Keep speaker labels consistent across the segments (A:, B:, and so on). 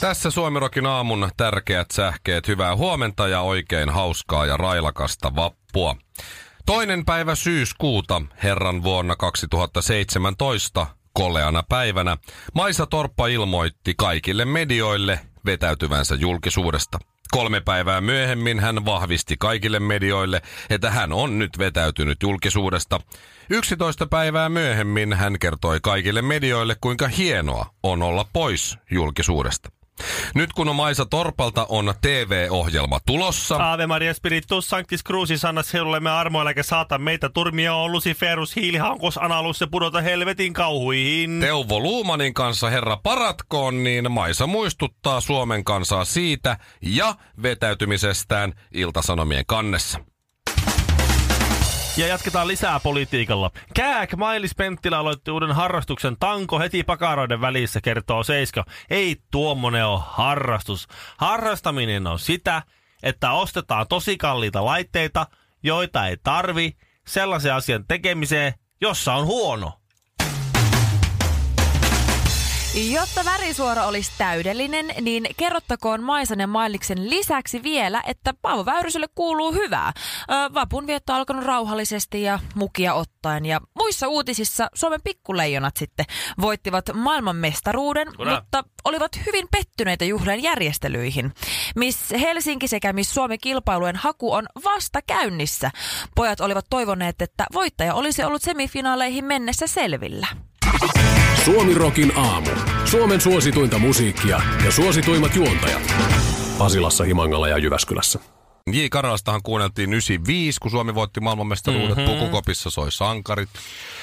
A: Tässä Suomirokin aamun tärkeät sähkeet. Hyvää huomenta ja oikein hauskaa ja railakasta vappua. Toinen päivä syyskuuta herran vuonna 2017 koleana päivänä Maisa Torppa ilmoitti kaikille medioille vetäytyvänsä julkisuudesta. Kolme päivää myöhemmin hän vahvisti kaikille medioille, että hän on nyt vetäytynyt julkisuudesta. 11 päivää myöhemmin hän kertoi kaikille medioille, kuinka hienoa on olla pois julkisuudesta. Nyt kun on Maisa Torpalta on TV-ohjelma tulossa.
B: Ave Maria Spiritus Sanctis Crucis, anna seulemme armo, äläkä saata meitä turmia on Luciferus, hiilihankos, analus ja pudota helvetin kauhuihin.
A: Teuvo Luumanin kanssa herra paratkoon, niin Maisa muistuttaa Suomen kansaa siitä ja vetäytymisestään Iltasanomien kannessa.
B: Ja jatketaan lisää politiikalla. Kääk Mailis Penttilä aloitti uuden harrastuksen tanko heti pakaroiden välissä, kertoo Seiska. Ei tuommoinen ole harrastus. Harrastaminen on sitä, että ostetaan tosi kalliita laitteita, joita ei tarvi, sellaisen asian tekemiseen, jossa on huono.
C: Jotta värisuora olisi täydellinen, niin kerrottakoon Maisan ja Mailiksen lisäksi vielä, että Paavo Väyryselle kuuluu hyvää. Ö, vapun vietto on alkanut rauhallisesti ja mukia ottaen. Ja muissa uutisissa Suomen pikkuleijonat sitten voittivat maailmanmestaruuden,
B: Kyllä.
C: mutta olivat hyvin pettyneitä juhlien järjestelyihin. Miss Helsinki sekä Miss Suomi kilpailujen haku on vasta käynnissä. Pojat olivat toivoneet, että voittaja olisi ollut semifinaaleihin mennessä selvillä.
D: Suomirokin aamu. Suomen suosituinta musiikkia ja suosituimmat juontajat. Pasilassa, Himangalla ja Jyväskylässä.
A: J. Karalastahan kuunneltiin 95, kun Suomi voitti maailmanmestaruudet.
B: Mhm.
A: Mm-hmm. Pukukopissa soi sankarit.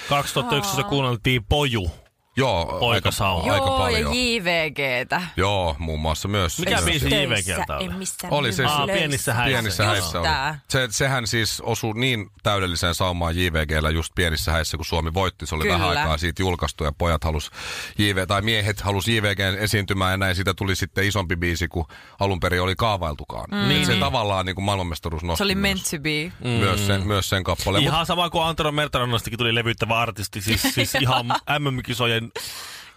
B: 2011 kuunneltiin Poju.
A: Joo,
B: Poikasauna.
A: aika, aika paljon.
C: ja JVGtä.
A: Joo, muun muassa myös.
B: Mikä
A: myös.
B: biisi? JVG
C: Töissä,
B: täällä.
C: en missään
A: Oli siis-
B: Aa,
C: löysä.
B: pienissä häissä.
A: Pienissä
C: Just
A: häissä oli.
C: tää.
A: Se, sehän siis osui niin täydelliseen saumaan JVGllä just pienissä häissä, kun Suomi voitti. Se oli
C: Kyllä.
A: vähän aikaa siitä julkaistu ja pojat halus JV, tai miehet halus JVGn esiintymään ja näin. Siitä tuli sitten isompi biisi kuin alun perin oli kaavailtukaan. Mm. Niin, se tavallaan niin kuin maailmanmestaruus nosti
C: Se oli Mm. meant
A: myös,
C: to be.
A: myös, sen, myös sen kappaleen. Mut
B: Ihan sama kuin Antero Mertarannastakin tuli levyttävä artisti, siis, siis ihan MM-kisojen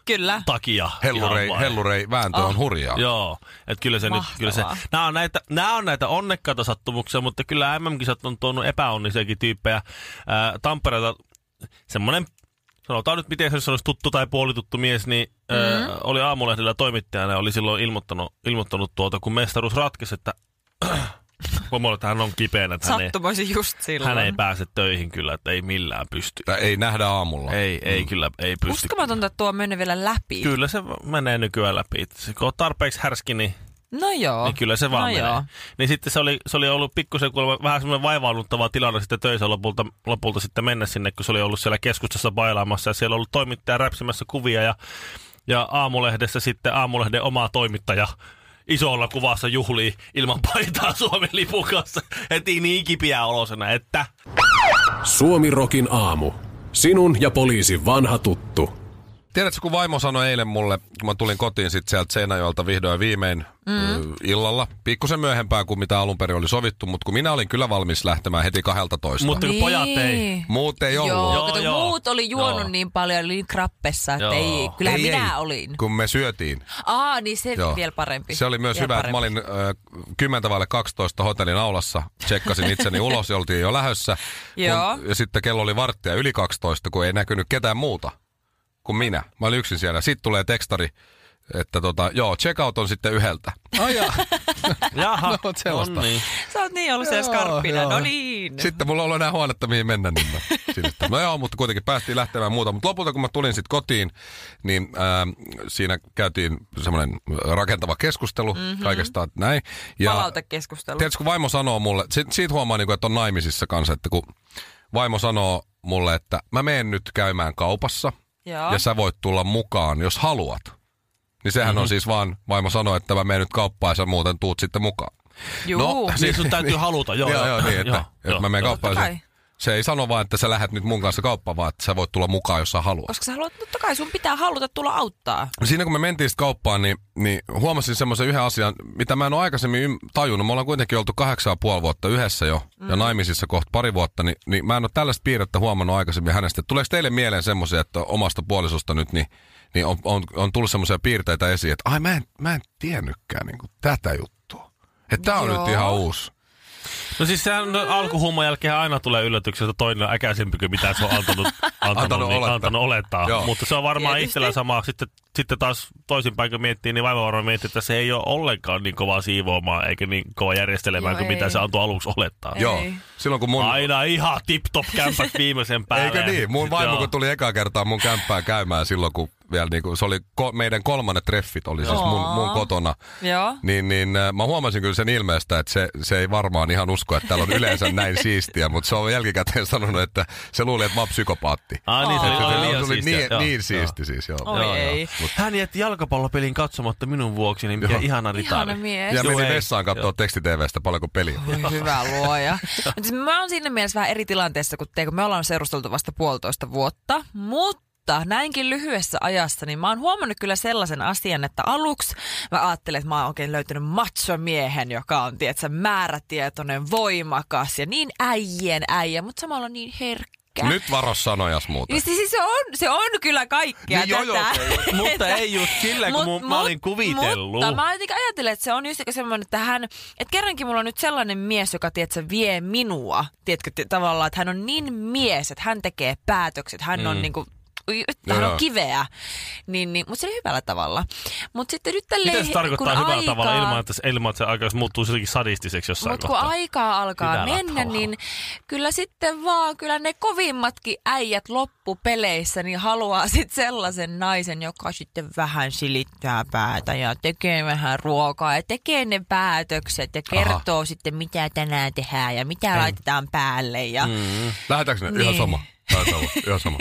C: Kyllä.
B: takia.
A: hellurei,
B: Ihan vain.
A: hellurei vääntö
C: Oh.
A: on hurjaa.
B: Joo, että kyllä se nyt, kyllä se,
C: Mahtavaa.
B: nämä on näitä, nämä on näitä onnekkaita sattumuksia, mutta kyllä MM-kisat on tuonut epäonnisiakin tyyppejä. Ää, Tampereelta semmoinen, sanotaan nyt miten se nyt sanoisi, tuttu tai puolituttu mies, niin mm-hmm. ää, oli aamulehdellä toimittajana ja oli silloin ilmoittanut, ilmoittanut tuolta, kun mestaruus ratkesi, että huomioon, että hän on kipeänä, että hän ei,
C: Sattumoisin just silloin.
B: hän ei pääse töihin kyllä, että ei millään pysty.
A: Tai Ei nähdä aamulla.
B: Ei, ei mm. kyllä, ei pysty.
C: Uskomatonta, että tuo on mennyt vielä läpi.
B: Kyllä se menee nykyään läpi. Kun on tarpeeksi härski, niin
C: No joo.
B: niin kyllä se vaan
C: no
B: menee.
C: Joo.
B: Niin sitten se oli, se oli ollut pikkusen kuulemma vähän semmoinen vaivauduttava tilanne sitten töissä lopulta, lopulta sitten mennä sinne, kun se oli ollut siellä keskustassa bailaamassa ja siellä ollut toimittaja räpsimässä kuvia ja, ja aamulehdessä sitten aamulehden oma toimittaja isolla kuvassa juhlii ilman paitaa Suomen lipun kanssa heti niin kipiä olosena, että
C: No
D: Suomirokin aamu. Sinun ja poliisin vanha tuttu.
A: Tiedätkö, kun vaimo sanoi eilen mulle, kun mä tulin kotiin sit sieltä Seinäjoelta vihdoin ja viimein mm. illalla, pikkusen myöhempää kuin mitä alun perin oli sovittu, mutta kun minä olin kyllä valmis lähtemään heti 12. Mut...
B: mutta kun pojat ei.
C: Niin.
A: Muut ei ollut.
C: Joo,
B: Joo,
C: kato,
B: joo.
C: muut oli juonut
B: Joo.
C: niin paljon, ja oli niin krappessa, että
B: Joo.
C: ei, kyllä
A: ei,
C: minä
A: ei,
C: olin.
A: Kun me syötiin.
C: Aa, niin se
A: Joo.
C: oli vielä parempi.
A: Se oli myös
C: vielä
A: hyvä, että mä olin äh, 10 vaille 12 hotellin aulassa, tsekkasin itseni ulos ja oltiin jo lähössä.
C: Joo.
A: Kun, ja sitten kello oli varttia yli 12, kun ei näkynyt ketään muuta kuin minä. Mä olin yksin siellä. Sitten tulee tekstari, että tota, joo, checkout on sitten yhdeltä. Ai jaa.
B: Jaha,
A: No, mut sellaista.
B: on niin.
C: Sä oot niin ollut siellä
A: Joo,
C: skarppina,
A: joo.
C: no niin.
A: Sitten mulla oli enää huonetta, mihin mennä. Niin mä sinne. sitten- No joo, mutta kuitenkin päästiin lähtemään muuta. Mutta lopulta, kun mä tulin sitten kotiin, niin ää, siinä käytiin semmoinen rakentava keskustelu mm-hmm. kaikesta että näin.
C: Mhm. Palautekeskustelu.
A: Tiedätkö, kun vaimo sanoo mulle, si- siitä huomaa, niin kuin, että on naimisissa kanssa, että kun vaimo sanoo mulle, että mä menen nyt käymään kaupassa
C: Joo.
A: ja sä voit tulla mukaan, jos
C: Mhm.
A: haluat. Niin sehän mm-hmm. on siis vaan, vaimo sanoo, että mä menen nyt kauppaan ja sä muuten tuut sitten mukaan.
C: Juu.
A: No,
C: Niin,
B: Niin sun täytyy haluta, joo.
A: joo, joo, niin, että,
B: joo,
A: että mä menen
B: joo.
A: kauppaan.
C: Totta kai.
A: Se, se ei sano vaan, että sä lähdet nyt mun kanssa kauppaan, vaan että sä voit tulla mukaan, jos sä haluat. Niin
C: Koska sä haluat, no totta kai sun pitää haluta tulla auttaa.
A: Siinä kun me mentiin sit kauppaan, niin, niin huomasin semmoisen yhden asian, mitä mä en ole aikaisemmin ym- tajunnut. Me ollaan kuitenkin oltu kahdeksan ja puoli vuotta yhdessä jo mm. ja naimisissa kohta pari vuotta, niin, niin mä en ole tällaista piirrettä huomannut aikaisemmin hänestä. Tuleeko teille mieleen semmoisia, että omasta puolisosta nyt niin, niin on, on, on tullut semmoisia piirteitä esiin, että ai mä en, mä en tiennytkään niin tätä juttua. Että tää on Joo.
C: Joo.
A: nyt ihan uusi.
B: No siis sehän no, alkuhumman jälkeen aina tulee yllätyksestä toinen on äkäisempi kuin mitä se on antanut, antanut,
A: Antanut
B: antanut, niin,
A: olettaa.
B: olettaa. antanut olettaa.
A: Joo.
B: Joo. Mutta se on varmaan
C: Tietysti.
B: itsellä sama. Sitten, sitten taas toisinpäin kun miettii, niin vaiva varmaan miettii, että se ei ole ollenkaan niin kovaa siivoamaan eikä niin kovaa järjestelemään
C: Joo,
B: kuin
C: ei.
B: mitä se antoi aluksi olettaa.
C: Ei.
A: Joo. Silloin kun mun...
B: Aina ihan tip-top kämpät viimeisen päälle.
A: Eikö niin? Mun
B: Sit
A: vaimo,
B: joo.
A: kun tuli ekaa kertaa mun kämppään käymään silloin, kun vielä niinku, se oli ko- meidän kolmannet treffit, oli siis mun, mun kotona.
C: Joo.
A: Niin, niin äh, mä huomasin kyllä sen ilmeestä, että se, se ei varmaan ihan usko, että täällä on yleensä näin siistiä, mutta se on jälkikäteen sanonut, että se luuli, että mä oon psykopaatti.
B: Ah, niin, se oli,
A: Että
B: oli liian
A: se oli
B: siistiä.
A: niin,
B: Joo, joo.
A: niin siisti siis, joo.
C: Oi
A: joo,
C: ei.
A: Joo. Mut,
B: Hän jätti jalkapallopelin katsomatta minun vuoksi, niin mikä
A: Joo.
B: ihana ritaali.
C: Ihana mies.
A: ja
B: Joo,
A: meni
B: ei.
A: vessaan katsoa tekstiteveestä paljonko peliä.
C: Voi hyvä luoja. Mut siis mä oon siinä mielessä vähän eri tilanteessa kuin te, kun me ollaan seurusteltu vasta puolitoista vuotta, mutta näinkin lyhyessä ajassa, niin mä oon huomannut kyllä sellaisen asian, että aluksi mä ajattelen, että mä oon oikein löytänyt machomiehen, joka on tietsä, määrätietoinen, voimakas ja niin äijien äijä, mutta samalla niin herkkä.
A: Nyt varos sanojas muuten.
C: Niin siis siis se on, se on kyllä kaikkea
A: Niin joo, joo,
C: tätä.
A: okei.
B: Mutta ei just sillä, kun mun- mä olin kuvitellut.
C: Mutta mä jotenkin ajattelen, että se on just semmoinen, että hän, että kerrankin mulla on nyt sellainen mies, joka tiedätkö, vie minua. Tiedätkö, t- tavallaan, että hän on niin mies, että hän tekee päätökset, hän mm. on niinku, ui, että
A: Joo,
C: hän
A: joo.
C: on kiveä. Niin, niin, mutta se oli hyvällä tavalla. Mutta sitten nyt tälleen,
B: Miten se tarkoittaa
C: kun
B: hyvällä
C: aikaa,
B: tavalla ilman, että, ilman, että se aika muuttuu silläkin sadistiseksi jossain
C: mutta kun
B: kohtaa?
C: aikaa alkaa
B: Hyvällä
C: mennä,
B: tavalla.
C: niin kyllä sitten vaan, kyllä ne kovimmatkin äijät loppupeleissä niin haluaa sitten sellaisen naisen, joka sitten vähän silittää päätä ja tekee vähän ruokaa ja tekee ne päätökset ja kertoo Aha. sitten, mitä tänään tehdään ja mitä Ei. laitetaan päälle. Ja... Mm.
A: Lähetäänkö ne? Ihan
C: Niin.
A: sama. Taitaa olla. Ihan sama.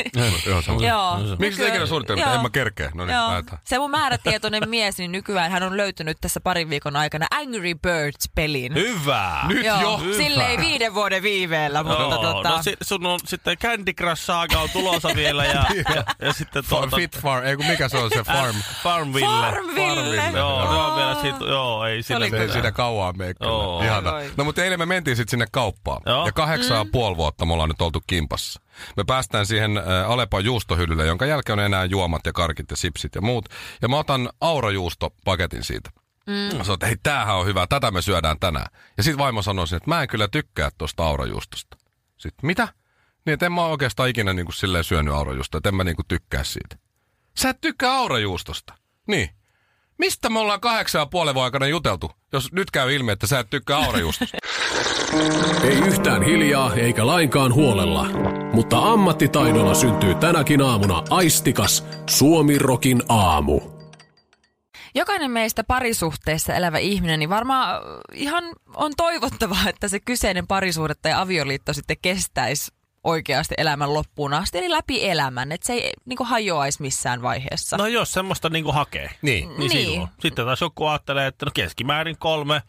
A: Ihan sama.
C: Joo.
A: Miksi te
C: Nykyään-
A: ikinä suunnittelette?
C: Joo.
A: En mä kerkeä. No niin,
C: Joo.
A: lähetään.
C: Se mun määrätietoinen mies, niin nykyään hän on löytynyt tässä parin viikon aikana Angry Birds-pelin.
B: Hyvä!
A: Nyt jo.
C: Silleen viiden vuoden viiveellä, mutta
B: Joo,
C: tota...
B: no si- sun on sitten Candy Crush Saga on tulossa vielä ja, ja, ja sitten
A: Fa-
B: tuota... Äh,
A: Fit Farm, ei kun mikä se on se farm.
B: Farmville.
C: Farmville.
A: Farmville.
B: Joo, se on vielä siitä, joo, ei siinä.
C: oli
A: Se ei
B: mitään.
A: siinä kauaa mene kyllä.
B: Joo.
A: Ihana.
C: Oi, voi.
A: No mutta eilen me mentiin sitten sinne kauppaan.
B: Joo.
A: Ja kahdeksan ja puoli vuotta me ollaan nyt oltu kimpassa. Me päästään siihen ä, Alepan juustohyllylle, jonka jälkeen on enää juomat ja karkit ja sipsit ja muut. Ja mä otan aurajuustopaketin siitä. Mm. Mä sanoin, että hei, tämähän on hyvä, tätä me syödään tänään. Ja sitten vaimo sanoi sinne, että mä en kyllä tykkää tuosta aurajuustosta. Sitten mitä? Niin, että en mä oo oikeastaan ikinä niinku silleen syönyt aurajuustoa, että en mä niinku tykkää siitä. Sä et tykkää aurajuustosta. Niin. Mistä me ollaan kahdeksan ja puolen vuoden aikana juteltu, jos nyt käy ilmi, että sä et tykkää aurajuustosta?
D: Ei yhtään hiljaa eikä lainkaan huolella, mutta ammattitaidolla syntyy tänäkin aamuna aistikas Suomirokin aamu.
C: Jokainen meistä parisuhteessa elävä ihminen, niin varmaan äh, ihan on toivottavaa, että se kyseinen parisuhde tai avioliitto sitten kestäisi oikeasti elämän loppuun asti, eli läpi elämän, että se ei niin hajoaisi missään vaiheessa.
B: No jos semmoista niinku hakee.
A: Niin.
B: Niin,
C: Niin.
B: silloin. Sitten taas joku ajattelee, että no keskimäärin kolme,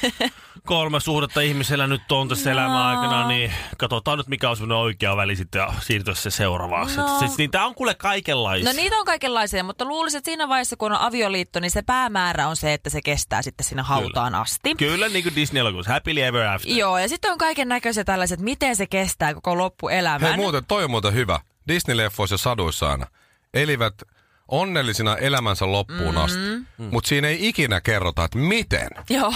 B: kolme suhdetta ihmisellä nyt on tässä no. elämän aikana, niin katsotaan nyt mikä on semmoinen oikea väli sitten ja siirtyä se seuraavaksi. No.
C: No.
B: Siis, niin tää on kuule kaikenlaista.
C: No niitä on kaikenlaisia, mutta luulisin, että siinä vaiheessa kun on avioliitto, niin se päämäärä on se, että se kestää sitten sinne hautaan asti.
B: Kyllä niin kuin Disney-elokuvissa, Happily Ever After.
C: Joo, ja sitten on kaiken näköisiä tällaiset, miten se kestää koko loppuelämän.
A: Hei muuten, toi on muuten hyvä. Disney-leffoissa ja saduissa aina elivät onnellisina elämänsä loppuun mm-hmm.
C: Mm.
A: asti. Mutta siinä ei ikinä kerrota, että miten.
C: Joo,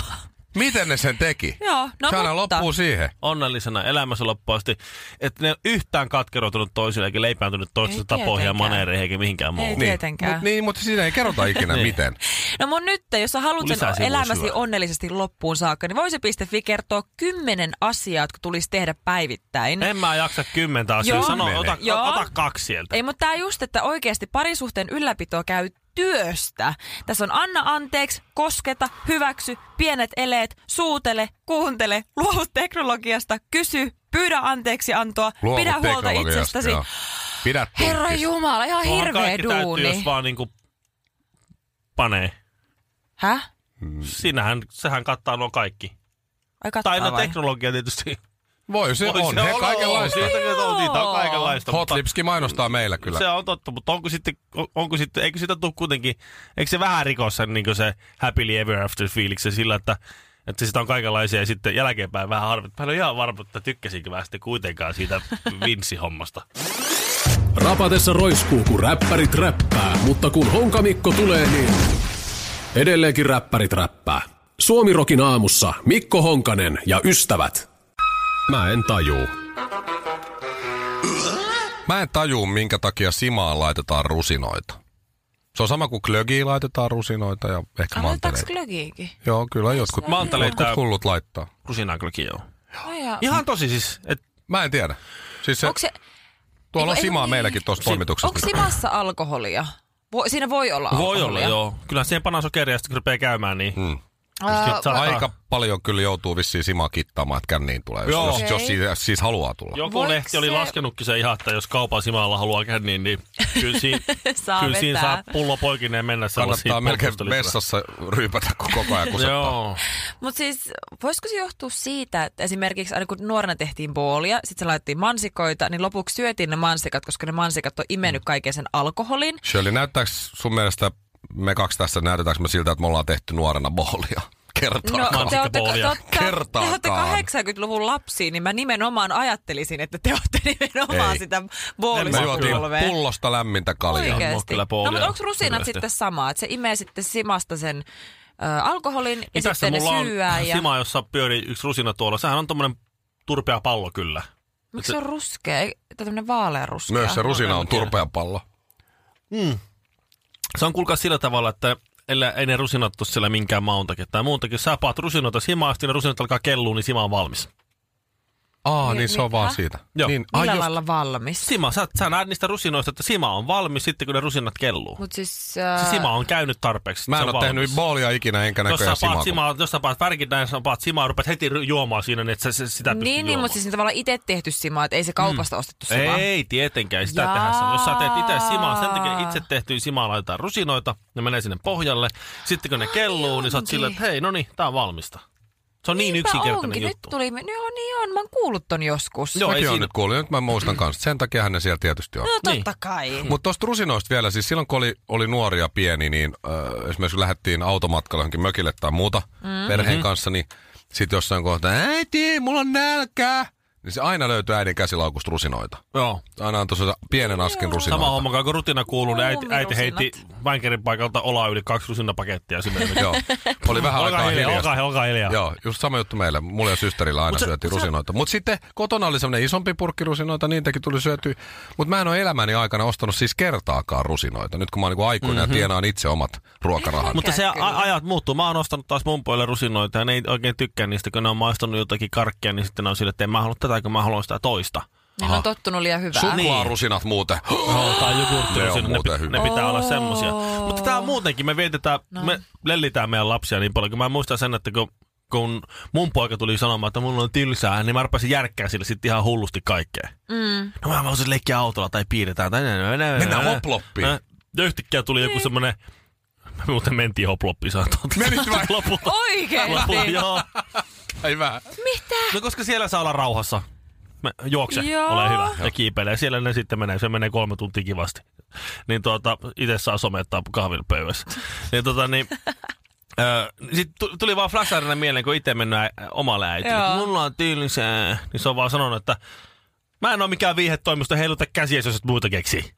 A: Miten ne sen teki?
C: Joo, no
A: se aina
C: mutta.
A: loppuu siihen.
B: onnellisena elämänsä loppuasti, että ne ei ole yhtään katkeroitunut toisille eikä leipääntynyt toistensa
C: Ei
B: tapoihin ja
C: tietenkään.
B: maneereihin eikä mihinkään muuhun.
C: Ei
B: Niin.
C: tietenkään.
A: Mut, niin, mutta siinä ei kerrota ikinä
B: Niin.
A: miten.
C: No mun nyt, jos sä haluat
B: Lisää
C: sen
B: sivuja
C: elämäsi
B: syvään.
C: onnellisesti loppuun saakka, niin voisi.fi kertoa kymmenen asiaa, jotka tulisi tehdä päivittäin.
B: En mä jaksa kymmentä asiaa.
C: Joo.
B: Sano,
A: Kymmenen.
B: ota,
C: Joo.
B: ota kaksi sieltä.
C: Ei, mutta tää just, että oikeasti parisuhteen ylläpito käy työstä. Tässä on anna anteeksi, kosketa, hyväksy, pienet eleet, suutele, kuuntele, luovu teknologiasta, kysy, pyydä anteeksi antoa,
A: Luovu
C: pidä huolta
A: teknologiasta,
C: itsestäsi.
A: joo. Pidä
C: Herra
A: tunkkis.
C: Jumala, ihan
B: Tuohan
C: hirveä
B: niinku kaikki täytyy,
C: duuni.
B: jos vaan niinku panee.
C: Häh?
B: Siinähän, sehän kattaa nuo kaikki.
C: Ai kattaa
B: Tai no
C: vai?
B: teknologia tietysti.
A: Voi se,
B: Voi
A: on, he
B: olla,
A: kaikenlaista.
B: on Siitä,
C: Joo.
B: niitä on kaikenlaista.
A: Hot Lipski mainostaa meillä kyllä.
B: Se on totta, mutta onko sitten, on- onko sitten, eikö sitä tule kuitenkin, eikö se vähän rikossa niin se happily ever after fiiliksi sillä, että, että sitä on kaikenlaisia ja sitten jälkeenpäin vähän harvemmin. Mä en ole ihan varma, että tykkäsinkö mä sitten kuitenkaan siitä vinssihommasta.
D: Rapatessa roiskuu, kun räppärit räppää, mutta kun Honkamikko tulee, niin edelleenkin räppärit räppää. Suomirokin aamussa Mikko Honkanen ja ystävät. Mä en tajuu.
A: Mä en tajuu, minkä takia simaan laitetaan rusinoita. Se on sama kuin klögiin laitetaan rusinoita ja ehkä
C: Annetaanko
A: manteleita.
C: glögiinkin?
A: Joo, kyllä jotkut,
B: Manteleita-
A: jotkut hullut laittaa.
B: Rusinaa kylläkin joo.
C: No joo.
B: Ihan tosi siis, että
A: Mä en tiedä. Siis se,
C: Onko se,
A: tuolla on
C: Ei, kun-
A: simaa
C: ei.
A: meilläkin tuossa toimituksessa.
C: onko simassa alkoholia? Vo, siinä voi olla
B: voi
C: alkoholia.
B: olla joo. Kyllä siihen panaa sokeria ja sitten kun rupeaa käymään, niin
A: Mm.
C: Ää,
B: saattaa-
A: Aika paljon kyllä joutuu vissiin simaa kittaamaan, että känniin tulee, jos,
B: Joo.
A: jos,
C: Okei.
A: jos siitä, siis haluaa tulla.
B: Joku
C: Voiko
B: lehti oli
C: se-
B: laskenutkin se ihan, että jos kaupan simalla haluaa käydä, niin, niin kyllä, siinä,
C: Saa
B: kyllä siinä
C: vetää.
B: saa pullo poikineen mennä
A: Kannattaa
B: sellaisiin
A: melkein
B: polkustolitroihin.
A: vessassa ryypätä kun koko ajan, kun
B: Joo.
C: Mutta siis voisiko se johtua siitä, että esimerkiksi aina kun nuorena tehtiin boolia, sitten se laitettiin mansikoita, niin lopuksi syötiin ne mansikat, koska ne mansikat on
B: Mm.
C: imennyt kaiken sen alkoholin.
A: Shirley, näyttääkö sun mielestä me kaksi tässä, näytetäänkö me siltä, että me ollaan tehty nuorena boolia? Kertaakaan.
C: No, te olette,
B: mansikkaboolia.
C: te, olette, te olette
A: Kertaakaan.
C: 80-luvun lapsia, niin mä nimenomaan ajattelisin, että te olette nimenomaan
A: Ei.
C: Ei. sitä
B: En
A: Me
B: mä
C: boolista
A: juotiin
C: polvea.
A: pullosta lämmintä kaljaa.
B: Oikein.
C: Oikeesti.
B: kyllä
C: No,
B: poolia.
C: mutta onko rusinat
B: Kyllä.
C: sitten sama, että se imee sitten simasta sen ö, alkoholin ja
B: Mitäs
C: sitten ne
B: Niin mulla on
C: syöää. Ja...
B: sima, jossa pyöri yksi rusina tuolla. Sehän on tommonen turpea pallo kyllä.
C: Miksi se on ruskea? Tai tämmöinen vaaleanruskea?
A: Myös se rusina on
B: mä tiedän.
A: turpeen pallo.
B: Se on kuulkaa sillä tavalla, että ellei- ei ne rusinat ole siellä minkään maun takia tai muun takia. Sä paat rusinoita simaa, sitten ne rusinat alkaa kellua, niin sima on valmis.
A: Aa,
C: Mi-
A: niin se on
C: mitä?
A: vaan siitä.
B: Joo.
A: Niin, ai
C: Millä
A: just,
C: lailla valmis?
B: Sima, sä, sä näet niistä rusinoista, että sima on valmis sitten, kun ne rusinat kelluu.
C: Mutta siis...
B: Se
C: Äh,
B: sima on käynyt tarpeeksi.
A: mä
B: se
A: en
B: on
A: ole tehnyt
B: valmis.
A: boolia ikinä, enkä
B: Jos sä
A: näköjään
B: paat
A: simaa. kun-
B: simaa, jos sä paat värkit näin, sä paat simaa, rupeat heti ry- juomaan siinä, niin et sä, sä sitä pysty
C: niin, niin,
B: juomaan.
C: mutta siis ne tavallaan itse tehty simaa, että ei se kaupasta ostettu simaa.
B: Mm. Ei tietenkään, ei sitä
C: Jaa.
B: tehdä. sen. Jos sä teet itse simaa, sen takia itse tehtyä simaa laitetaan rusinoita, ne menee sinne pohjalle. Sitten kun ne kelluu, niin sä oot
C: onkin.
B: silleen, että hei, no niin, tää on valmista. Se on niin
C: Niinpä
B: yksinkertainen
C: onkin.
B: juttu.
C: Nyt tuli, niin on, niin on, mä oon kuullut ton joskus.
B: Joo, ei
A: Mäkin on
B: siinä.
A: nyt kuullut, nyt mä muistan kanssa. Sen takia hän ne siellä tietysti on.
C: no totta
B: niin.
C: kai.
A: Mutta tuosta rusinoista vielä, siis silloin kun oli, oli nuoria pieni, niin äh, esimerkiksi kun lähdettiin automatkalla johonkin mökille tai muuta mm.
B: Mhm.
A: perheen kanssa, niin sitten jossain kohtaa, äiti, mulla on nälkää, niin se aina löytyy äidin käsilaukusta rusinoita.
B: Joo.
A: Aina on tuossa pienen asken rusinoita.
B: Sama homma, kun rutina kuuluu, niin äiti, äiti
C: Ruumirusinat.
B: heitti vänkerin paikalta ola yli kaksi rusinapakettia sinne.
A: Joo, oli vähän
B: olkaa
A: aikaa
B: hiljaa,
A: hiljaa.
B: olkaa, olkaa hiljaa.
A: Joo, just sama juttu meillä. Mulla ja systerillä aina
B: Mut
A: Mut
B: se-
A: syötiin
B: se-
A: rusinoita. Mutta sitten kotona oli semmoinen isompi purkki rusinoita, niitäkin tuli syötyä. Mutta mä en ole elämäni aikana ostanut siis kertaakaan rusinoita. Nyt kun mä oon niinku aikuinen
B: Mhm.
A: mm-hmm. ja tienaan itse omat ruokarahat.
B: Mutta se
C: Kyllä.
B: a- ajat muuttuu. Mä oon ostanut taas mun puolelle rusinoita ja ne ei oikein tykkää niistä, kun ne on maistanut jotakin karkkia, niin sitten ne on silleen, että en mä halua tätä, kun mä haluan sitä toista.
C: Niin on tottunut liian hyvää.
B: niin.
A: Suklaarusinat muuten.
B: Joo, tai
A: Ne on
B: jogurttirusinat, ne,
A: muuten
B: pi-
A: hyvä.
B: ne pitää olla semmosia. Mutta tää on muutenkin, me vietetään, no. me lellitään meidän lapsia niin paljon, kun mä muistan sen, että kun, kun mun poika tuli sanomaan, että mulla on tylsää, niin mä rupesin järkkää sille sitten ihan hullusti kaikkea. Mm. No mä voisin leikkiä autolla tai piirretään. Tai näin, näin, näin,
A: Mennään
B: näin.
A: hoploppiin.
B: Äh, Ja yhtäkkiä tuli joku semmonen, me muuten mentiin hoploppiin, sä
A: Menit vai?
B: Lopulta. Lopulta,
C: Oikeesti?
B: joo.
A: Hyvä.
B: No koska siellä saa olla rauhassa. Mä, juokse,
C: Joo.
B: ole hyvä. Ja kiipeilee. Siellä ne sitten menee. Se menee kolme tuntia kivasti. Niin tuota, itse saa somettaa kahvilla pöydässä. Niin tuota, niin... Sitten tuli vaan flasharina mieleen, kun itse mennyt ä- omalle äitille.
C: Joo.
B: Mulla on tylsää. Niin se on vaan sanonut, että mä en ole mikään viihetoimisto, heiluta käsiä, jos et muuta keksi.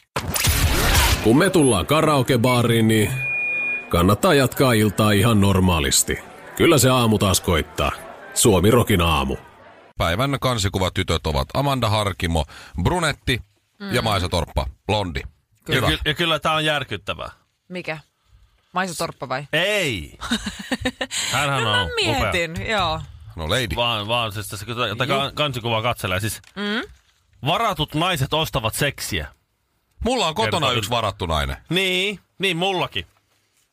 D: Kun me tullaan karaokebaariin, niin kannattaa jatkaa iltaa ihan normaalisti. Kyllä se aamu taas koittaa. Suomirokin aamu.
A: Päivän kansikuvatytöt ovat Amanda Harkimo, Brunetti mm. ja Maisa Torppa, Blondi.
B: Ja,
A: Hyvä.
B: ky- ja kyllä tää on järkyttävää.
C: Mikä? Maisu torppa vai? No,
B: Ei! Hänhän
C: Mä
B: on upea.
C: mietin, joo.
A: No lady.
B: Vaan, vaan siis tässä, kun tätä
C: Niin.
B: kan- kansikuvaa katselee, siis mm? varatut naiset ostavat seksiä.
A: Mulla on kotona
B: Kerta-
A: yksi varattu nainen.
B: Niin, niin mullakin.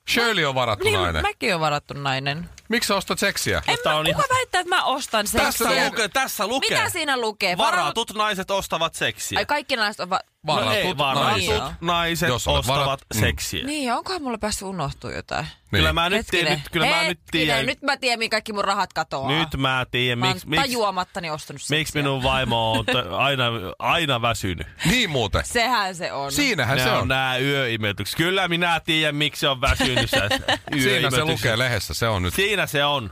A: Shirley on varattu
C: Niin,
A: nainen.
C: mäkin on varattu nainen.
A: Miksi sä ostat seksiä?
C: En
B: Tää
C: mä,
B: on
C: kuka
B: ihan-
C: väittää, että mä ostan seksiä?
A: Tässä lukee-
B: tässä
C: Mitä siinä lukee?
B: Varatut naiset ostavat seksiä.
C: Ai kaikki naiset ovat...
A: Varaatut
B: no ei,
A: naiset.
B: varatut naiset
A: Jos olet
B: ostavat
A: varat- mm.
B: seksiä.
C: Niin, ja onkohan mulla päässyt unohtua jotain?
A: Niin.
B: Kyllä mä nyt,
C: Hetkinen.
B: tiedän, nyt, kyllä mä nyt
C: Hetkinen,
B: tiedän.
C: Nyt mä tiedän, mihin kaikki mun rahat katoaa.
B: Nyt mä tiedän,
C: mä oon
B: miksi, miksi,
C: tajuamattani ostanut seksiä.
B: miksi minun vaimo on t- aina, aina väsynyt.
A: Niin muuten.
C: Sehän se on.
A: Siinähän
B: Ne
A: se
B: on,
A: on.
B: nämä yöimetykset. Kyllä minä tiedän, miksi se on väsynyt. se
A: Siinä se
B: yöimetykset.
A: lukee lehdessä, se on nyt.
B: Siinä se on.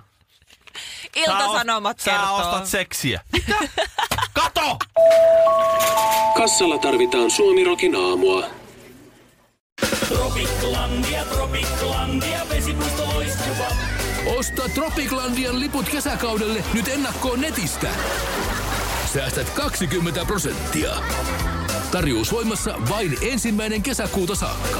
C: Iltasanomat
B: sä,
C: kertoo.
B: ost- sä ostat seksiä. Mitä? Kato!
D: Kassalla tarvitaan Suomirokin aamua. Osta Tropiklandian liput kesäkaudelle nyt ennakkoon netistä. Säästät 20 prosenttia. Tarjous voimassa vain ensimmäinen kesäkuuta saakka.